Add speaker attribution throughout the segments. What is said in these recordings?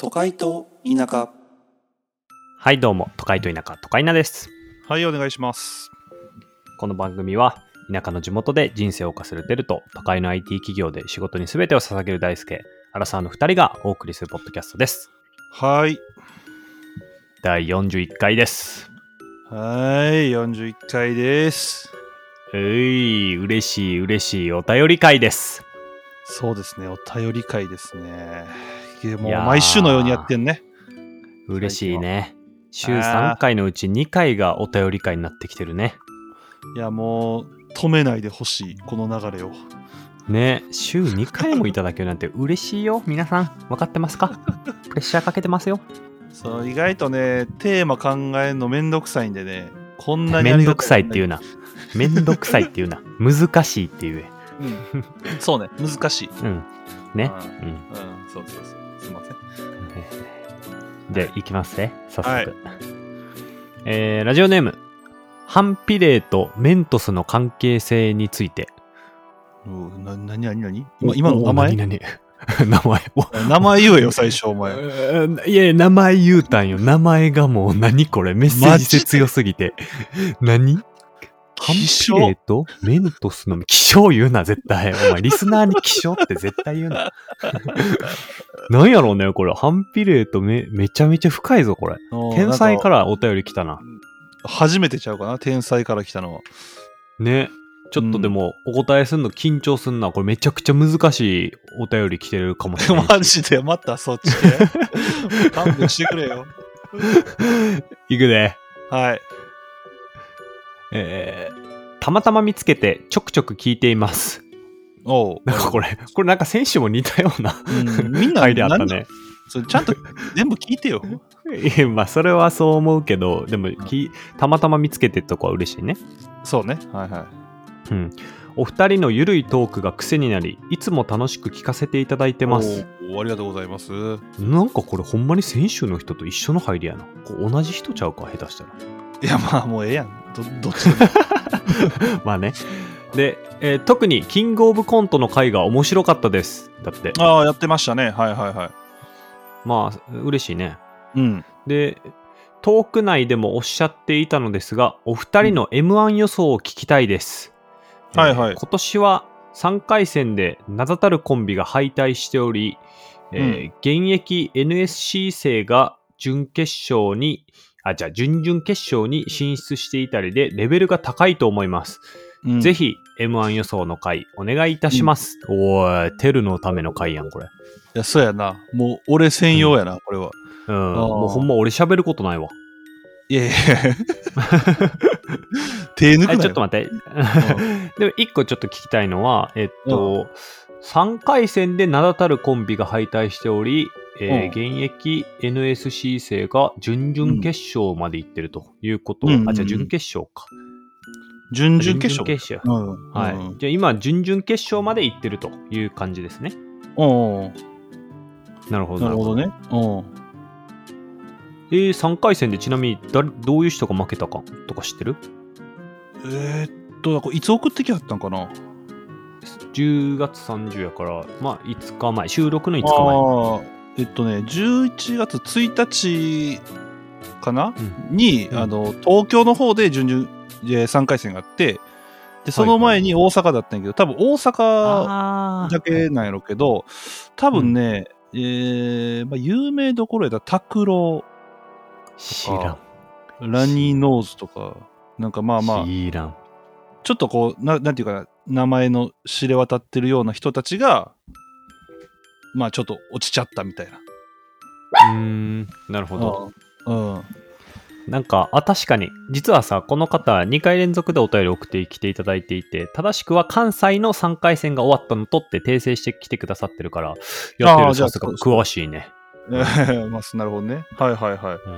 Speaker 1: 都会と田舎
Speaker 2: はいどうも都会と田舎都会なです
Speaker 3: はい、お願いします。
Speaker 2: この番組は田舎の地元で人生を謳歌するテルと都会の IT 企業で仕事に全てを捧げる大輔アラサーの2人がお送りするポッドキャストです
Speaker 3: はい。
Speaker 2: 第41回です
Speaker 3: はい、41回です。
Speaker 2: うい嬉しい嬉しいお便り会です
Speaker 3: そうですね、お便り会ですね。いやも
Speaker 2: いうやー
Speaker 3: 毎週のようにやってんね。
Speaker 2: 嬉しいね週
Speaker 3: 最近は
Speaker 2: 3回のうち2回がお便り会になってきてるね
Speaker 3: いや、もう止めないでほしい、この流れを。
Speaker 2: ね週2回もいただけるなんて嬉しいよ皆さん分かってますかプレッシャーかけてますよ
Speaker 3: そう意外とね、テーマ考えるのめんどくさいんでね、こんなに
Speaker 2: め
Speaker 3: あ
Speaker 2: ん
Speaker 3: り
Speaker 2: ど
Speaker 3: が
Speaker 2: く
Speaker 3: た
Speaker 2: さいっていう
Speaker 3: な。
Speaker 2: な。めんどくさいっていうな。難しいっていう
Speaker 3: うん、そうね、難しい。
Speaker 2: え。うん。ね。
Speaker 3: うん
Speaker 2: うん。
Speaker 3: うん、そうそうそう。すいません。
Speaker 2: で、いきますね。早速。
Speaker 3: はい
Speaker 2: えーラジオネーム。ハンピレーとメントスの関係性について。
Speaker 3: うな、なになになに今今の名前
Speaker 2: 何 々名前。お
Speaker 3: 名前言えよ、最初、お 前。
Speaker 2: えーいやいや、名前言うたんよ。名前がもう何これ。メッセージ性強すぎて。何ハンピ
Speaker 3: 希少
Speaker 2: レーとメントスの希少言うな、絶対。お前、リスナーに希少って絶対言うな。 なんやろうね、これ。ハンピレーとめ、めちゃめちゃ深いぞ、これ。天才
Speaker 3: ら
Speaker 2: からお便り来たな。
Speaker 3: 初めてちゃうかな天才から来たのは。
Speaker 2: ね。ちょっとでも、お答えすんの緊張すんな。これめちゃくちゃ難しいお便り来てるかもしれ ない
Speaker 3: マジでまたそっち で勘弁してくれよ
Speaker 2: いくで。
Speaker 3: はい
Speaker 2: えーたまたま見つけてちょくちょく聞いています。
Speaker 3: おう
Speaker 2: なんかこれ、これなんか選手も似たような
Speaker 3: うんみんな
Speaker 2: アイデアあった
Speaker 3: なんだ
Speaker 2: ね。
Speaker 3: それちゃんと全部聞いてよ
Speaker 2: いやまあそれはそう思うけど、でもきたまたま見つけてとかは嬉しいね。
Speaker 3: そうねはいはい
Speaker 2: うん。お二人のゆるいトークが癖になり、いつも楽しく聞かせていただいてます。
Speaker 3: おうありがとうございますい
Speaker 2: なんかこれほんまに選手の人と一緒の入りやな。こう同じ人ちゃうか、下手したら。
Speaker 3: やまあもうええやんどどっちでも
Speaker 2: まあね。で、えー特にキングオブコントの回が面白かったです。だって。
Speaker 3: ああやってましたねはいはいは
Speaker 2: まあ、嬉しいね。
Speaker 3: いうん
Speaker 2: で、トーク内でもおっしゃっていたのですが、お二人の M1 予想を聞きたいです。
Speaker 3: うんはいはい
Speaker 2: えー今年は3回戦で名だたるコンビが敗退しており、えー現役 NSC 生が準決勝に、あ、じゃあ、準々決勝に進出していたりで、レベルが高いと思います。
Speaker 3: うん
Speaker 2: ぜひ、M1 予想の回、お願いいたします。おい、テルのための回やん、これ。
Speaker 3: いやそうやなもう俺専用やな、これは
Speaker 2: うん、
Speaker 3: ー
Speaker 2: もうほんま俺喋ることないわ。
Speaker 3: いやいや 手抜くな
Speaker 2: え
Speaker 3: よ
Speaker 2: ちょっと待って。でも一個ちょっと聞きたいのは、えっと、3回戦で名だたるコンビが敗退しており、えー現役 NSC 生が準々決勝まで行ってるということ、
Speaker 3: うんうんうん
Speaker 2: あ、じゃあ準決勝か。
Speaker 3: 準々決勝
Speaker 2: 準々決勝。
Speaker 3: うん
Speaker 2: はい。
Speaker 3: うん
Speaker 2: じゃあ今、準々決勝まで行ってるという感じですね。
Speaker 3: うんうん
Speaker 2: なるほど、
Speaker 3: な
Speaker 2: な
Speaker 3: る
Speaker 2: る
Speaker 3: ほ
Speaker 2: ほど。
Speaker 3: どねうん
Speaker 2: えー、3回戦でちなみに誰、どういう人が負けたかとか知ってる
Speaker 3: えーっと、これいつ送ってきはったんかな
Speaker 2: ?10 月30やから、まあ5日前、収録の5日前。
Speaker 3: ああ、えっとね、11月1日かな、に、
Speaker 2: うん
Speaker 3: あの、東京の方で準々、え3回戦があって、で、その前に大阪だったんやけど、多分大阪
Speaker 2: あー
Speaker 3: だけなんやろうけど、多分ね、えーまあ、有名どころやったら、拓郎、
Speaker 2: 知らん。
Speaker 3: ラニーノーズとか、なんかまあまあ、
Speaker 2: 知らん。
Speaker 3: ちょっとこうな、なんていうかな、名前の知れ渡ってるような人たちが、まあちょっと落ちちゃったみたいな。
Speaker 2: うーん、なるほど。
Speaker 3: うん。 うん
Speaker 2: なんか、あ、確かに。実はさ、この方、2回連続でお便り送ってきていただいていて、正しくは関西の3回戦が終わったのとって訂正してきてくださってるから、やって
Speaker 3: あ
Speaker 2: る
Speaker 3: ーじゃあ
Speaker 2: さすが詳しいね。
Speaker 3: まあ、なるほどね。はいはいは
Speaker 2: う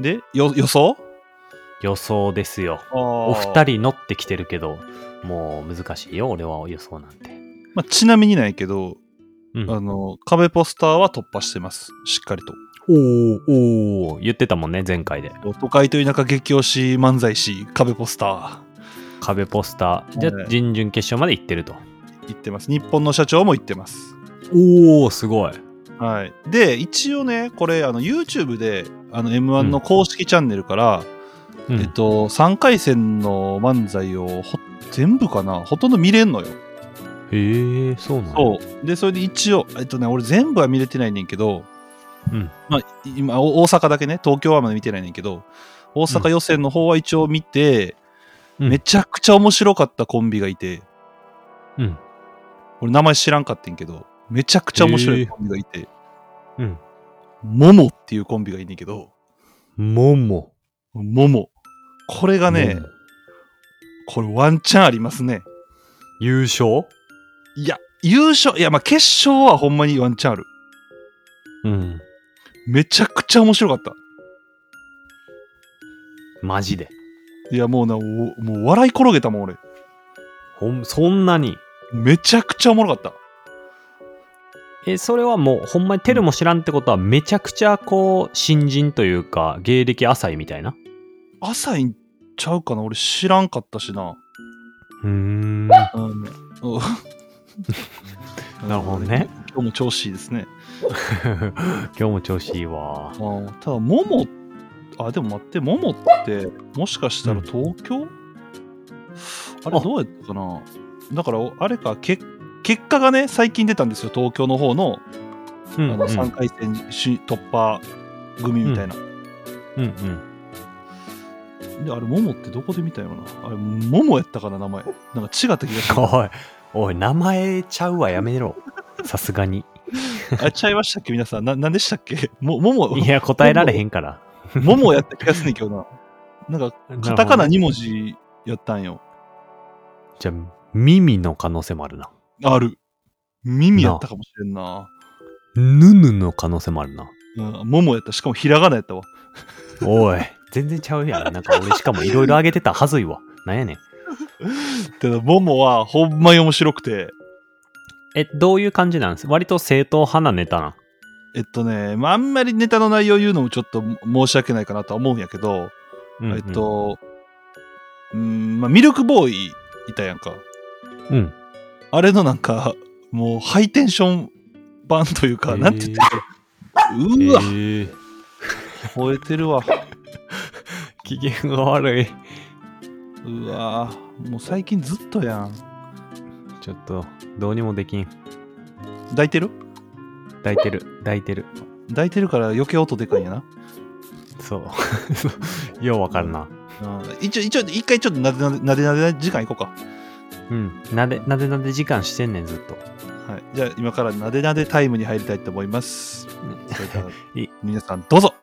Speaker 2: ん
Speaker 3: い。で、よ予想
Speaker 2: 予想ですよ。お
Speaker 3: お
Speaker 2: 二。人乗ってきてるけど、もう難しいよ、俺は予想なんて。
Speaker 3: まあ、ちなみにないけど、
Speaker 2: うん、
Speaker 3: あの、壁ポスターは突破してます。しっかりと。
Speaker 2: おーおー言ってたもんね、前回で。
Speaker 3: 都会と田舎激推し漫才師、壁ポスタ
Speaker 2: 壁ポスター。じゃ
Speaker 3: は
Speaker 2: あ、
Speaker 3: い
Speaker 2: 準々決勝まで行ってると。
Speaker 3: ー。言ってます。日本の社長も言ってます。
Speaker 2: おおすごい。
Speaker 3: はい、で一応ねこれあの YouTube であの m 1の公式チャンネルから、
Speaker 2: うん
Speaker 3: えっと、3回戦の漫才をほ全部かなほとんど見れんのよ。
Speaker 2: へえ、そうなんだ。
Speaker 3: そうでそれで一応、えっとね、俺全部は見れてないねんけど、
Speaker 2: うん
Speaker 3: まあ、今お大阪だけね東京はまだ見てないねんけど大阪予選の方は一応見て、
Speaker 2: うん
Speaker 3: めちゃくちゃ面白かったコンビがいて、
Speaker 2: うん
Speaker 3: 俺名前知らんかってんけどめちゃくちゃ面白
Speaker 2: へ
Speaker 3: い
Speaker 2: え
Speaker 3: コンビがいて、
Speaker 2: うん。
Speaker 3: モモっていうコンビがいんねんけど
Speaker 2: もも。
Speaker 3: モモこれがね
Speaker 2: もも
Speaker 3: これワンチャンありますね
Speaker 2: 優勝
Speaker 3: いや優勝いやまあ決勝はほんまにワンチャンある
Speaker 2: うん。
Speaker 3: めちゃくちゃ面白かった
Speaker 2: マジで。
Speaker 3: いやもうなおもう笑い転げたもん俺
Speaker 2: ほん、そんなに。
Speaker 3: めちゃくちゃおもろかった
Speaker 2: え、それはもう、ほんまにテルも知らんってことは、めちゃくちゃ、こう、新人というか、芸歴浅いみたいな。
Speaker 3: 朝いちゃうかな俺知らんかったしな。
Speaker 2: うーん。
Speaker 3: うん。
Speaker 2: なるほどね。
Speaker 3: 今日も調子いいですね。
Speaker 2: 今日も調子いいわ
Speaker 3: あ。ーただ、もも、あ、でも待って、ももって、もしかしたら東京、あれ、
Speaker 2: あ
Speaker 3: どうやったかなだから、おあれか、け結果がね、最近出たんですよ、東京の方の,、
Speaker 2: うん
Speaker 3: あの3回戦し突破組みたいな。
Speaker 2: うんうん。
Speaker 3: で、あれ、ももってどこで見たよな。あれ、ももやったかな、名前。なんか違った気がします。
Speaker 2: おい、おい、名前ちゃうわ、やめろ。さすがに。
Speaker 3: あちゃいましたっけ皆さん。な、なんでしたっけも、もも、
Speaker 2: いや、答えられへん から。
Speaker 3: ももやった気がすんねんけどな。なんか、カタカナ2文字やったんよ。
Speaker 2: じゃあ、耳の可能性もあるな。
Speaker 3: ある。耳やったかもしれんな。
Speaker 2: ぬぬの可能性もあるな。
Speaker 3: うん、ももやった。しかもひらがなやったわ。
Speaker 2: おい、全然ちゃうやん。なんか俺しかもいろいろあげてたはずいわ。なんやねん。
Speaker 3: ただ、ももはほんまに面白くて。
Speaker 2: え、どういう感じなんです割と正統派なネタなん。
Speaker 3: えっとね、まあ、あんまりネタの内容言うのもちょっと申し訳ないかなとは思うんやけど、
Speaker 2: うんうん
Speaker 3: えっ、と、うん、まあ、ミルクボーイいたやんか。
Speaker 2: うん。
Speaker 3: あれのなんか、もうハイテンション版というか、なんて言ってう
Speaker 2: え
Speaker 3: ーわ、
Speaker 2: ー
Speaker 3: 吠えてるわ。
Speaker 2: 機嫌が悪い。
Speaker 3: うわーもう最近ずっとやん。
Speaker 2: ちょっと、どうにもできん。
Speaker 3: 抱いてる
Speaker 2: 抱いてる、抱いてる。
Speaker 3: 抱いてるから余計音でかいんやな。
Speaker 2: そう。 ようわかるな。
Speaker 3: うん、一応、一応、一回ちょっとなでなでなでなで時間いこうか。
Speaker 2: うん。なで、なでなで時間してんねん、ずっと。
Speaker 3: はい。じゃあ今からなでなでタイムに入りたいと思います。それで はい皆さんどうぞ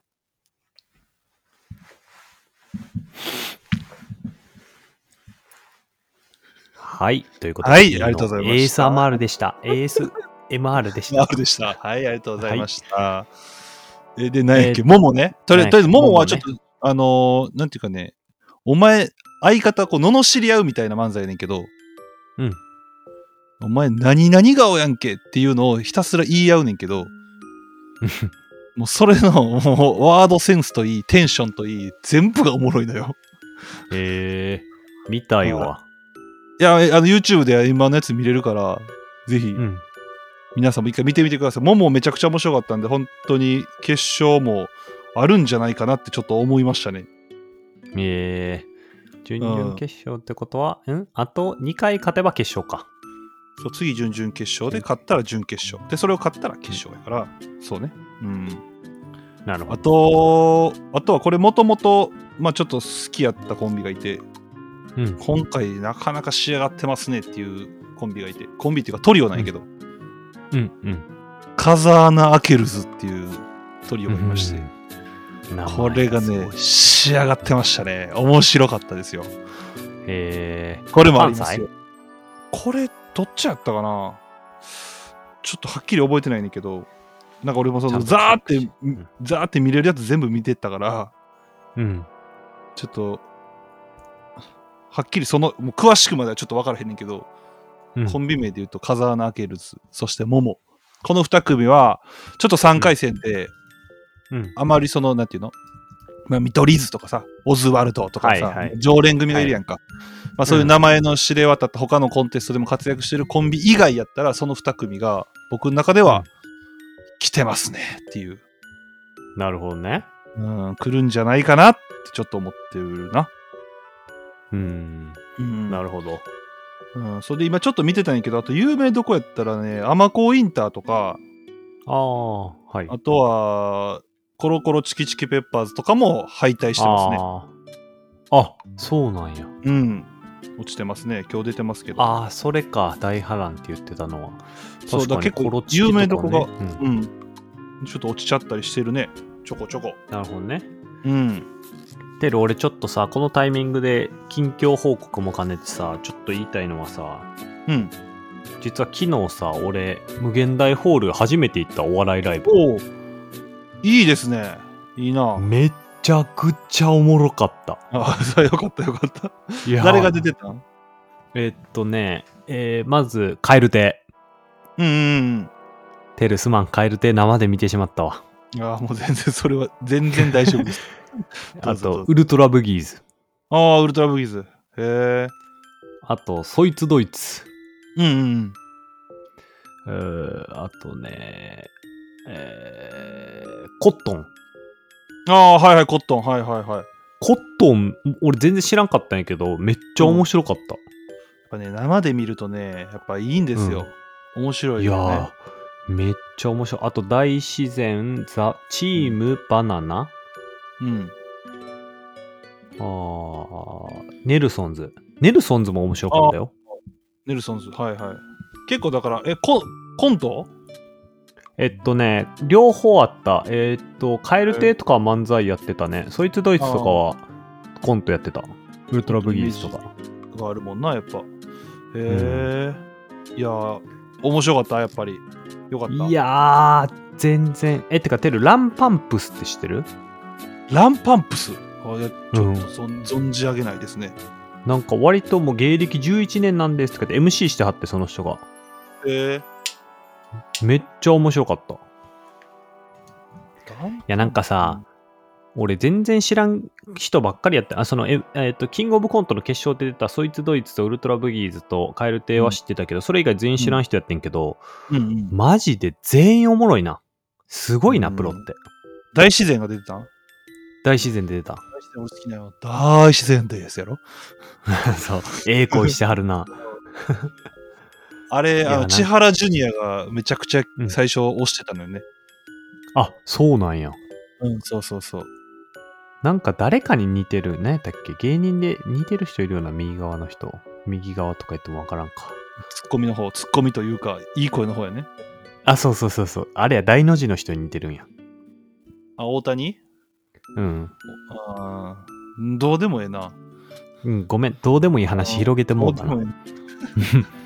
Speaker 2: はい。ということで、
Speaker 3: はい
Speaker 2: いいの
Speaker 3: ありがとうございました
Speaker 2: エース MR でした。エース MR でした。
Speaker 3: R でした。 はい、ありがとうございました。えで、何やっけ、
Speaker 2: えー
Speaker 3: ももね。とりあえず、とりあえず
Speaker 2: は
Speaker 3: も
Speaker 2: い
Speaker 3: もはちょっと、あのーなんていうかね、お前、相方、こう、罵り合うみたいな漫才やねんけど、
Speaker 2: うん。
Speaker 3: お前、何々顔やんけっていうのをひたすら言い合うねんけど、もうそれの、もう、ワードセンスといい、テンションといい、全部がおもろいのよ。
Speaker 2: えー、見たいわ。
Speaker 3: いや、あの、YouTube で今のやつ見れるから、ぜひ、
Speaker 2: うん。
Speaker 3: 皆さんも一回見てみてください。ももめちゃくちゃ面白かったんで、本当に決勝もあるんじゃないかなってちょっと思いましたね。
Speaker 2: えー、準々決勝ってことは、うんあと2回勝てば決勝か。
Speaker 3: そう次、準々決勝で、勝ったら準決勝。で、それを勝ったら決勝やから、そうね。うん。
Speaker 2: なるほ
Speaker 3: あ
Speaker 2: ど。
Speaker 3: と、あとはこれもともと、まあちょっと好きやったコンビがいて、
Speaker 2: うん。
Speaker 3: 今回なかなか仕上がってますねっていうコンビがいて、コンビっていうかトリオなんやけど、
Speaker 2: うん。うん。
Speaker 3: カザーナ・アケルズっていうトリオがいまして、
Speaker 2: うん。名前
Speaker 3: これが
Speaker 2: すご
Speaker 3: ね
Speaker 2: い、
Speaker 3: 仕上がってましたね。面白かったですよ。
Speaker 2: えー、
Speaker 3: これもありますよ。これ、どっちやったかなちょっとはっきり覚えてないねんだけど、なんか俺もその
Speaker 2: ちゃ
Speaker 3: ザー
Speaker 2: ん
Speaker 3: っ
Speaker 2: とチェ
Speaker 3: て
Speaker 2: ックし、うん
Speaker 3: ザーって見れるやつ全部見てったから、
Speaker 2: うん。
Speaker 3: ちょっと、はっきりその、もう詳しくまではちょっと分からへんねんけど、
Speaker 2: うん
Speaker 3: コンビ名で言うと、風穴アケルズ、そしてモモ。この2組は、ちょっと3回戦で、
Speaker 2: うん。
Speaker 3: あまりその、なんていうのまあ、見取り図とかさ、オズワルドとかさ、
Speaker 2: はいはい
Speaker 3: 常連組がいるやんか。まあ、そういう名前の知れ渡った他のコンテストでも活躍してるコンビ以外やったら、その2組が僕の中で
Speaker 2: うん
Speaker 3: は来てますねっていう、
Speaker 2: なるほどね。
Speaker 3: うん、来るんじゃないかなってちょっと思ってるな。
Speaker 2: うん。
Speaker 3: うん
Speaker 2: なるほど。
Speaker 3: うん、それで今ちょっと見てたんやけど、あと有名どこやったらね、アマコインターとか、
Speaker 2: ああー、はい。
Speaker 3: あとは、コロコロチキチキペッパーズとかも敗退してますね。
Speaker 2: あーあ、そうなんや。
Speaker 3: うん。落ちてますね。今日出てますけど。
Speaker 2: ああ、それか、大波乱って言ってたのは。
Speaker 3: そう
Speaker 2: 確か
Speaker 3: だ
Speaker 2: に
Speaker 3: 結構
Speaker 2: コロチキとかね
Speaker 3: 有名どこが
Speaker 2: うん
Speaker 3: うん。ちょっと落ちちゃったりしてるね。ちょこちょこ。
Speaker 2: なるほどね。
Speaker 3: うん。
Speaker 2: てる、俺ちょっとさ、このタイミングで近況報告も兼ねてさ、ちょっと言いたいのはさ、
Speaker 3: うん。
Speaker 2: 実は昨日さ、俺、無限大ホール初めて行ったお笑いライブ。
Speaker 3: おお。いいですね。いいな。
Speaker 2: めっちゃくちゃおもろかった。
Speaker 3: ああ、そうよかったよかった。
Speaker 2: いやー
Speaker 3: 誰が出てたん
Speaker 2: えっとね、えーまず、カエルテ。
Speaker 3: うんうん
Speaker 2: テルスマンカエルテ生で見てしまったわ。
Speaker 3: うん。ああ、もう全然それは、全然大丈夫 です。ど
Speaker 2: あ
Speaker 3: うぞど
Speaker 2: と
Speaker 3: う、ぞ
Speaker 2: ウルトラブギーズ。
Speaker 3: ああ、ウルトラブギーズ。へえ。
Speaker 2: あと、そいつドイツ。
Speaker 3: うんうん
Speaker 2: うーあとね、えーコットン。
Speaker 3: うん。ああー、はいはい、コットン。はいはいはい。やっ
Speaker 2: コットン、俺全然知らんかったんやけど、めっちゃ面白かっ
Speaker 3: ぱね、生で見るとね、やっぱいいんですよ。面
Speaker 2: た。
Speaker 3: 白い
Speaker 2: いや
Speaker 3: よね。
Speaker 2: ー、めっちゃ面白い。あと、大自然、ザ・チーム、バナナ、
Speaker 3: うん。
Speaker 2: あーネルソンズ。ネルソンズも面白かったよ。
Speaker 3: ネルソンズ。はいはい。結構だから、え、ココント
Speaker 2: えっとね、両方あった。えーっと、カエル亭とかは漫才やってたね。そいつドイツとかはコントやってた。ウルトラブギーズとか。
Speaker 3: があるもんな、やっぱ。へえ、いやー、面白かった、やっぱり。よかった。
Speaker 2: いやー、全然。え、てか、てる、ランパンプスって知ってる
Speaker 3: ランパンプス。あいやちょっと
Speaker 2: う
Speaker 3: 存、存じ上げないですね。
Speaker 2: なんか、割ともう芸歴11年なんですとかって MC してはって、その人が。
Speaker 3: へえ。
Speaker 2: めっちゃ面白かった。い
Speaker 3: ラン
Speaker 2: や、なんかさ、俺全然知らん人ばっかりやって、あ、その、え、えっと、キングオブコントの決勝で出た、そいつドイツとウルトラブギーズとカエル亭は知ってたけど、それ以外全員知らん人やってんけど、
Speaker 3: うんうん、
Speaker 2: マジで全員おもろいな。すごいな、
Speaker 3: うん
Speaker 2: プロって。
Speaker 3: 大自然が出てたん
Speaker 2: 大自然で出た。
Speaker 3: 大自然俺好きなよ。大自然ですやろ
Speaker 2: そう。ええ声してはるな。
Speaker 3: あれ、
Speaker 2: や
Speaker 3: あ
Speaker 2: な
Speaker 3: の
Speaker 2: ん
Speaker 3: 千原ジュニアがめちゃくちゃ
Speaker 2: うん
Speaker 3: 最初押してたのよね。
Speaker 2: あ、そうなんや。
Speaker 3: うん、そうそうそう。
Speaker 2: なんか誰かに似てる。何やったっけ芸人で似てる人いるような、右側の人。右側とか言ってもわからんか。
Speaker 3: ツッコミの方、ツッコミというか、いい声の方やね。
Speaker 2: あ、そうそうそうそう。あれや、大の字の人に似てるんや。
Speaker 3: あ、大谷
Speaker 2: うん。
Speaker 3: あーどうでもええな。
Speaker 2: うん、ごめん。どうでもいい話広げても
Speaker 3: ど
Speaker 2: う
Speaker 3: うで
Speaker 2: かな。い
Speaker 3: もええ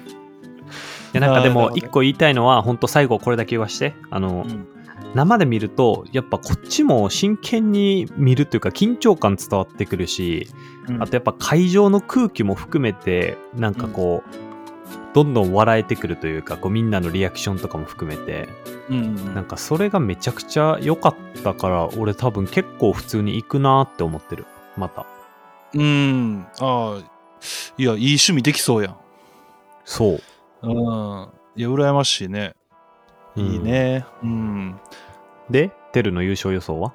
Speaker 2: や、なんかで
Speaker 3: あーなる
Speaker 2: も
Speaker 3: ほ、ど
Speaker 2: 一個言いたいのは、ほんと最後これだけ言わして。あの、
Speaker 3: うん
Speaker 2: 生で見ると、やっぱこっちも真剣に見るというか、緊張感伝わってくるし、
Speaker 3: うん
Speaker 2: あとやっぱ会場の空気も含めてなんかこう、どんどん笑えてくるというかこうみんなのリアクションとかも含めて
Speaker 3: うんうん
Speaker 2: なんかそれがめちゃくちゃ良かったから俺多分結構普通に行くなーって思ってるまた
Speaker 3: うん。ああ、いや、いい趣味できそうやん。
Speaker 2: そう
Speaker 3: うん。いや、羨ましいね。いいね。うん。
Speaker 2: でテルの優勝予想は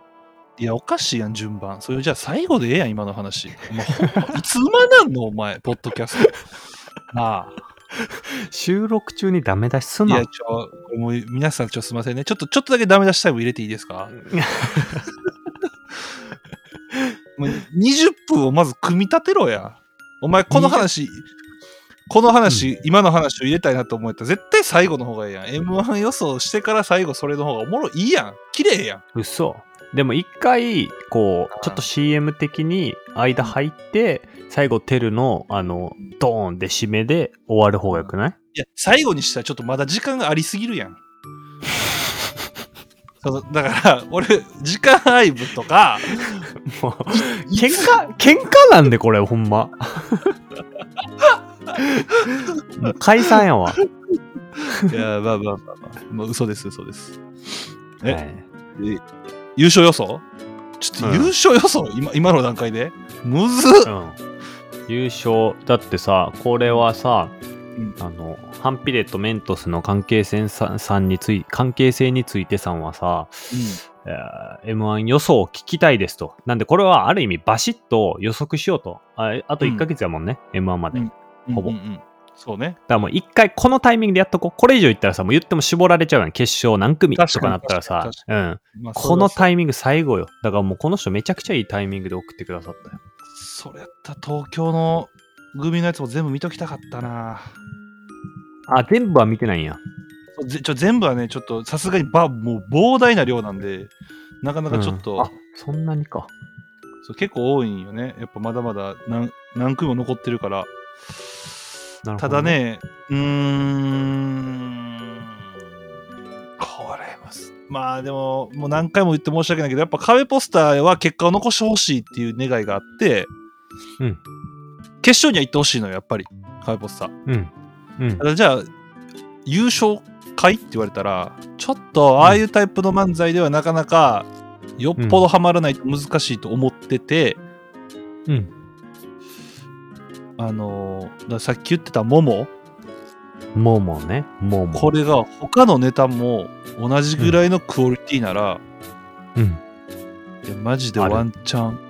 Speaker 2: い
Speaker 3: や、おかしいやん、順番。それじゃあ最後でええやん、今の話。お前ほんま いつ馬なんの、お前、ポッドキャスト。なあ。
Speaker 2: 収録中にダメ出しす
Speaker 3: い
Speaker 2: な
Speaker 3: や、ちょ、これもう皆さん、ちょ、すいませんね。ちょっと、ちょっとだけダメ出しタイム入れていいですかもう20分をまず組み立てろや。お前、この話、この話、今の話を入れたいなと思えたら、絶対最後の方がいいやん。M1 予想してから最後それの方がおもろいいいやん。綺麗やん。
Speaker 2: 嘘でも一回こうちょっと CM 的に間入って最後テルのあのドーンで締めで終わる方がよくない
Speaker 3: いや、最後にしたらちょっとまだ時間がありすぎるやん。 そうだから、俺、時間配分とか、
Speaker 2: もう喧嘩、喧嘩なんでこれ、ほんま。もう解散やわ。
Speaker 3: いや、まあまあまあまあ、もう嘘です、嘘です。え
Speaker 2: はい
Speaker 3: 優勝予想ちょっ
Speaker 2: うん
Speaker 3: と優勝予想、今今の段階でむずっ
Speaker 2: うん優勝、だってさ、これはさ
Speaker 3: ん、
Speaker 2: あの、ハンピレとメントスの関係性ささんについ関係性についてさんはさ、えー M1 予想を聞きたいですと。なんで、これはある意味バシッと予測しようと。ああと1ヶ月やもんね、M1 まで。
Speaker 3: うん
Speaker 2: だか
Speaker 3: うん
Speaker 2: ほぼ
Speaker 3: うんうんそうね。
Speaker 2: らもう一回このタイミングでやっとこう。これ以上言ったらさ、もう言っても絞られちゃうやん。決勝何組と
Speaker 3: 確か
Speaker 2: か
Speaker 3: に
Speaker 2: なったらさ
Speaker 3: 確、
Speaker 2: うん。
Speaker 3: まあ
Speaker 2: この
Speaker 3: それは
Speaker 2: タイミング最後よ。だからもうこの人めちゃくちゃいいタイミングで送ってくださったよ。
Speaker 3: それやったら東京の組のやつも全部見ときたかったな。
Speaker 2: あ、全部は見てないんや。
Speaker 3: そうぜちょ全部はね、ちょっとさすがにばもう膨大な量なんで、なかなかちょっと、
Speaker 2: うんあ、そんなにか。
Speaker 3: そう結構多いんよね。やっぱまだまだ何何組も残ってるから。
Speaker 2: なるほ
Speaker 3: た
Speaker 2: ど
Speaker 3: だ。ね、うーん、これます。まあでも、もう何回も言って申し訳ないけど、やっぱ壁ポスターは結果を残してほしいっていう願いがあって、
Speaker 2: うん
Speaker 3: 決勝には行ってほしいのよ、やっぱり、壁ポスター。
Speaker 2: うん。うん
Speaker 3: た。だじゃあ、優勝会って言われたら、ちょっとああいうタイプの漫才ではなかなか、よっぽどハマらないと難しいと思ってて、
Speaker 2: うん。
Speaker 3: あのーだからさっき言ってたモモ、
Speaker 2: ももね。もも。
Speaker 3: これが他のネタも同じぐらいのクオリティなら、
Speaker 2: うん。
Speaker 3: いやマジで
Speaker 2: ある
Speaker 3: ワンチャン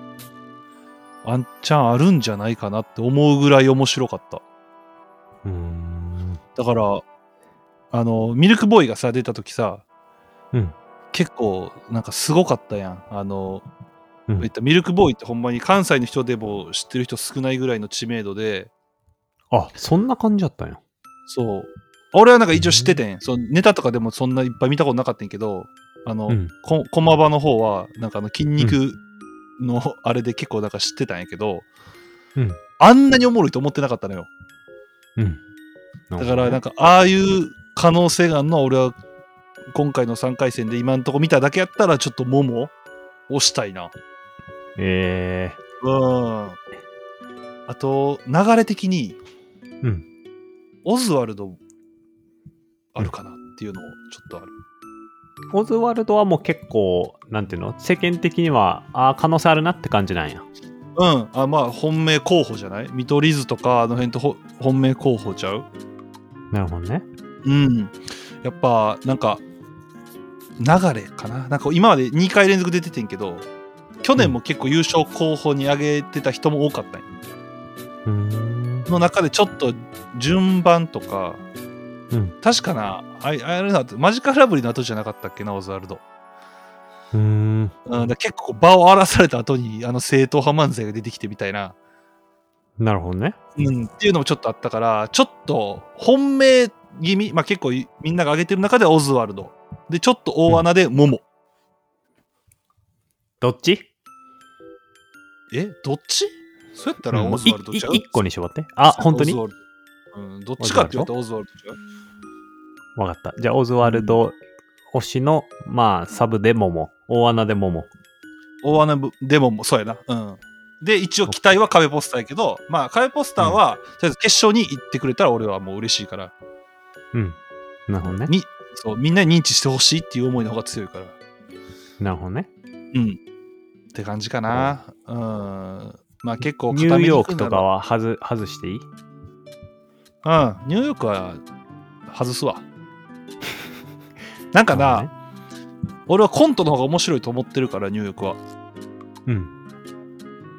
Speaker 3: ワンチャンあるんじゃないかなって思うぐらい面白かった
Speaker 2: うーん。
Speaker 3: だからあのミルクボーイがさ出た時さ、
Speaker 2: うん
Speaker 3: 結構なんかすごかったやんあの、
Speaker 2: うん
Speaker 3: 言ったミルクボーイってほんまに関西の人でも知ってる人少ないぐらいの知名度で
Speaker 2: あ、そんな感じだったんや。
Speaker 3: そう俺はなんか一応知っててん、そのネタとかでもそんないっぱい見たことなかったんやけどあの、
Speaker 2: うん。
Speaker 3: こ駒場の方はなんかあの筋肉のあれで結構なんか知ってたんやけど、
Speaker 2: うん
Speaker 3: あんなにおもろいと思ってなかったのよ
Speaker 2: うん。
Speaker 3: だからなん
Speaker 2: か、
Speaker 3: かああいう可能性があるのは俺は今回の3回戦で今んとこ見ただけやったらちょっとももをしたいな
Speaker 2: え
Speaker 3: うんあと流れ的に、
Speaker 2: うん
Speaker 3: オズワルドあるかなっていうのもちょっとある、
Speaker 2: ー、オズワルドはもう結構、なんていうの世間的には、ああ、可能性あるなって感じなんや。
Speaker 3: うん、あまあ本命候補じゃない見取り図とかあの辺とほ本命候補ちゃう
Speaker 2: なるほどね。
Speaker 3: うんやっぱなんか流れかななんか今まで2回連続出ててんけど去年も結構優勝候補に挙げてた人も多かったんよ
Speaker 2: うーん。
Speaker 3: の中でちょっと順番とか、
Speaker 2: うん
Speaker 3: 確かなあいあれなマジカルラブリーの後じゃなかったっけなオズワルド、
Speaker 2: うーん。
Speaker 3: うん、だから結構場を荒らされた後にあの正統派漫才が出てきてみたいな
Speaker 2: なるほどね。
Speaker 3: うん、っていうのもちょっとあったからちょっと本命気味、まあ、結構いみんなが挙げてる中ではオズワルドでちょっと大穴でモモ、
Speaker 2: どっち
Speaker 3: えどっちそうやったら
Speaker 2: うん
Speaker 3: オ
Speaker 2: もう
Speaker 3: ズワルド
Speaker 2: いい
Speaker 3: ちゃう、
Speaker 2: 一個に絞って。あ、本当に
Speaker 3: オズワルドうん、どっちかって言ったらオズワルドちゃう
Speaker 2: わかった。じゃあ、オズワルド推しの、まあ、サブでもも、大穴でもも。
Speaker 3: 大穴でモモそうやなうんで一応期待は壁ポスターやけどまあ壁ポスターは、とりあえず決勝に行ってくれたら俺はもう嬉しいから
Speaker 2: うん。なるほどね。
Speaker 3: にそうみんなに認知してほしいっていう思いの方が強いから
Speaker 2: なるほどね。
Speaker 3: うん。って感じかな。うん。まあ結構
Speaker 2: ニューヨークとかは外外していい
Speaker 3: は。うん。ニューヨークは外すわ。なんかな、
Speaker 2: る
Speaker 3: 俺はコントの方が面白いと思ってるから、ニューヨークは。
Speaker 2: ほどねう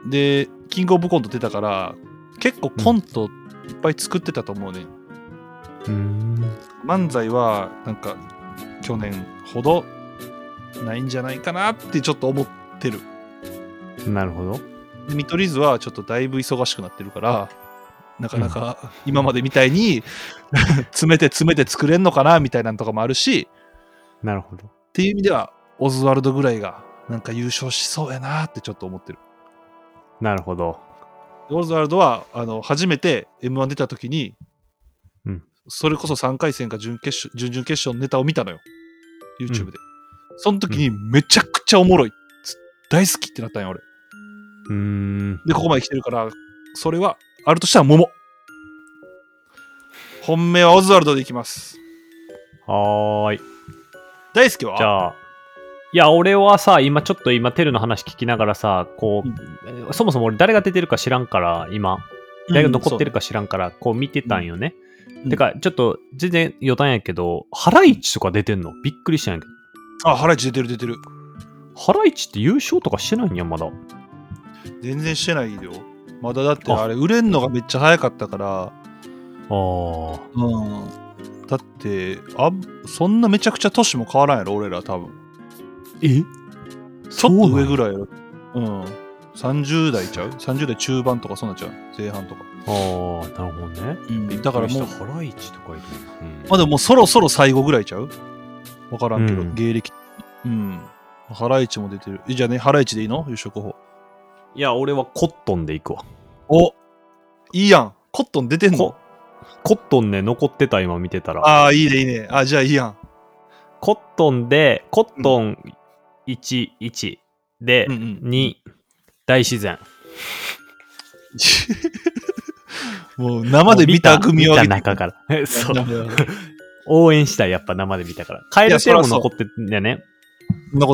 Speaker 2: ん。
Speaker 3: で、キングオブコント出たから、結構コントいっぱい作ってたと思うね。
Speaker 2: うーん。
Speaker 3: 漫才は、なんか、去年ほどないんじゃないかなってちょっと思ってる。
Speaker 2: なるほど。
Speaker 3: で見取り図はちょっとだいぶ忙しくなってるからなかなか今までみたいに詰めて詰めて作れんのかなみたいなんとかもあるし
Speaker 2: なるほど。
Speaker 3: っていう意味ではオズワルドぐらいがなんか優勝しそうやなってちょっと思ってる
Speaker 2: なるほど。
Speaker 3: オズワルドはあの初めて m 1出た時に、
Speaker 2: うん
Speaker 3: それこそ3回戦か準決勝準々決勝のネタを見たのよ YouTube で、その時にめちゃくちゃおもろいつ大好きってなったんよ俺
Speaker 2: うーん。
Speaker 3: で、ここまで来てるから、それは、あるとしたら桃。本命はオズワルドでいきます。
Speaker 2: はーい。
Speaker 3: 大輔は
Speaker 2: じゃあ、いや、俺はさ、今ちょっと今、テルの話聞きながらさ、こう、
Speaker 3: うん
Speaker 2: えーそもそも俺誰が出てるか知らんから、今、
Speaker 3: うん
Speaker 2: 誰が残ってるか知らんから、こう見てたんよね。
Speaker 3: そうん
Speaker 2: てか、ちょっと全然余談やけど、ハライチとか出てんのびっくりしたんやけど。
Speaker 3: あ、ハライチ出てる出てる。
Speaker 2: ハライチって優勝とかしてないんや、まだ。
Speaker 3: 全然してないよ。まだだってあれ、売れんのがめっちゃ早かったから、
Speaker 2: ああ。
Speaker 3: うん。だって、あんそんなめちゃくちゃ年も変わらんやろ、俺ら多分。
Speaker 2: え
Speaker 3: ちょっと上ぐ
Speaker 2: らい。
Speaker 3: らいやろ。うん。30代ちゃう ?30 代中盤とかそんなんちゃう前半とか。
Speaker 2: ああ、なるほどね。
Speaker 3: うん、だからもう、
Speaker 2: ハライチとかいる。うん
Speaker 3: まあでももうそろそろ最後ぐらいちゃうわからんけど、
Speaker 2: うん
Speaker 3: 芸歴。うん。ハライチも出てる。えじゃあね、ハライチでいいの優勝候補。
Speaker 2: いや、俺はコットンで行くわ。
Speaker 3: おいいやん。コットン出てんの
Speaker 2: こコットンね、残ってた、今見てたら。
Speaker 3: ああ、いいね、いいね。あじゃあいいやん。
Speaker 2: コットンで、コットン1、1で、
Speaker 3: うんうん
Speaker 2: 2、大自然。
Speaker 3: もう生で見た組を
Speaker 2: 見
Speaker 3: 上
Speaker 2: た
Speaker 3: げて
Speaker 2: 中から。 えそう。
Speaker 3: 残
Speaker 2: 応援したい、やっぱ生で見たから。カエルテも残ってんだよね。
Speaker 3: っ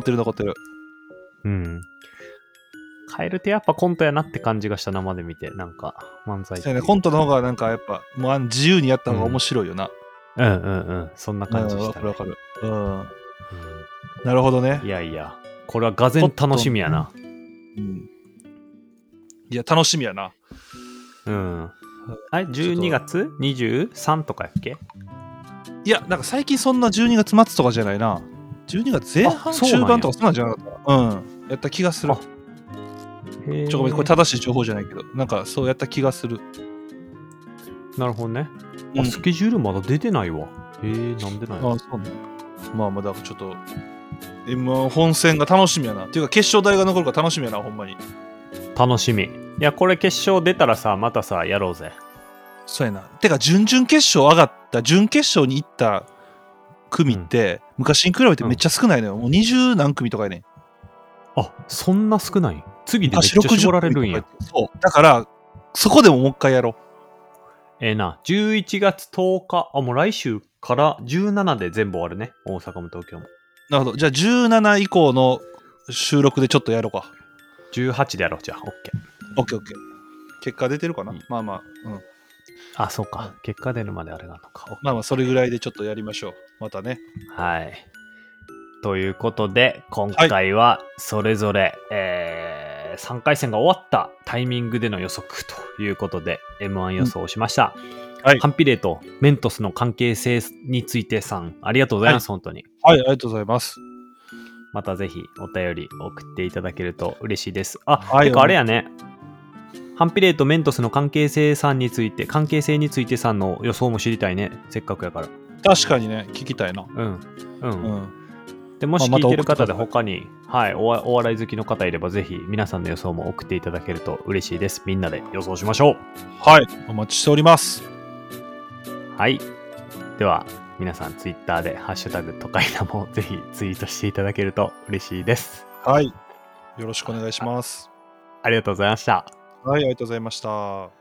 Speaker 3: てる残ってる。
Speaker 2: うん。カエルテやっぱコントやなって感じがした生で見て、なんか漫才って
Speaker 3: そう
Speaker 2: い
Speaker 3: や
Speaker 2: う
Speaker 3: ね、コントの方がなんかやっぱ、もうあの自由にやった方が面白いよな。
Speaker 2: うんうんうん。そんな感じ
Speaker 3: うん
Speaker 2: し
Speaker 3: わ
Speaker 2: た
Speaker 3: か
Speaker 2: ね、
Speaker 3: るわかる。うん。なるほどね
Speaker 2: うん。いやいや、これはがぜん楽しみやな。
Speaker 3: うんいや、楽しみやな。
Speaker 2: うん。あれ、12月23とかやっけ
Speaker 3: いや、なんか最近そんな12月末とかじゃないな。12月前
Speaker 2: あ
Speaker 3: 半、
Speaker 2: そうなん
Speaker 3: 中
Speaker 2: や
Speaker 3: 盤とかそんなんじゃなかった。うん。やった気がする。
Speaker 2: あ
Speaker 3: ちょっとごめん、これ正しい情報じゃないけど、なんかそうやった気がする。
Speaker 2: なるほどね。
Speaker 3: う
Speaker 2: あ、
Speaker 3: ん
Speaker 2: スケジュールまだ出てないわ。へえ、なんでないの
Speaker 3: あそうね。まあまあ、だからちょっと、M1 本戦が楽しみやな。っていうか、決勝台が残るから楽しみやな、ほんまに。
Speaker 2: 楽しみ。いや、これ決勝出たらさ、またさ、やろうぜ。
Speaker 3: そうやな。てか、準々決勝上がった、準決勝に行った組って、昔に比べてめっちゃ少ないのよ。もう二十何組とかやねん。
Speaker 2: あ、そんな少ない次でめっ
Speaker 3: 昔
Speaker 2: ちゃ絞られるんや
Speaker 3: 60。組とかやってそう。だから、そこでももう一回やろ
Speaker 2: ええな、11月10日、あ、もう来週から17で全部終わるね。大阪も東京も。
Speaker 3: う。なるほど。じゃあ、17以降の収録でちょっとやろうか。
Speaker 2: 18でやろう、じゃあ、OK。
Speaker 3: オッケーオッケー。結果出てるかな、
Speaker 2: うん
Speaker 3: まあまあ、うん。
Speaker 2: あ、そうか。結果出るまであれなのか。
Speaker 3: まあまあ、それぐらいでちょっとやりましょう。またね。
Speaker 2: はい。ということで、今回はそれぞれ、えー、3回戦が終わったタイミングでの予測ということで、M1 予想をしました。
Speaker 3: はい
Speaker 2: カンピレーとメントスの関係性についてさん、ありがとうございます、本当に。
Speaker 3: はい、ありがとうございます。
Speaker 2: またぜひお便り送っていただけると嬉しいです。あ、
Speaker 3: はい
Speaker 2: てかあれやね。ハンピレーとメントスの関係性さんについて、関係性についてさんの予想も知りたいね。せっかくやから。
Speaker 3: 確かにね、聞きたいな。
Speaker 2: うん。う。
Speaker 3: うんん。
Speaker 2: でもし
Speaker 3: まあ
Speaker 2: 聞いてる方で
Speaker 3: また送って
Speaker 2: 他に、はい、おわお笑い好きの方いればぜひ皆さんの予想も送っていただけると嬉しいです。みんなで予想しましょう。
Speaker 3: はい、お待ちしております。
Speaker 2: はい。では、皆さんツイッターでハッシュタグ都会なもぜひツイートしていただけると嬉しいです。
Speaker 3: はい。よろしくお願いします。
Speaker 2: ありがとうございました。
Speaker 3: はい、ありがとうございました。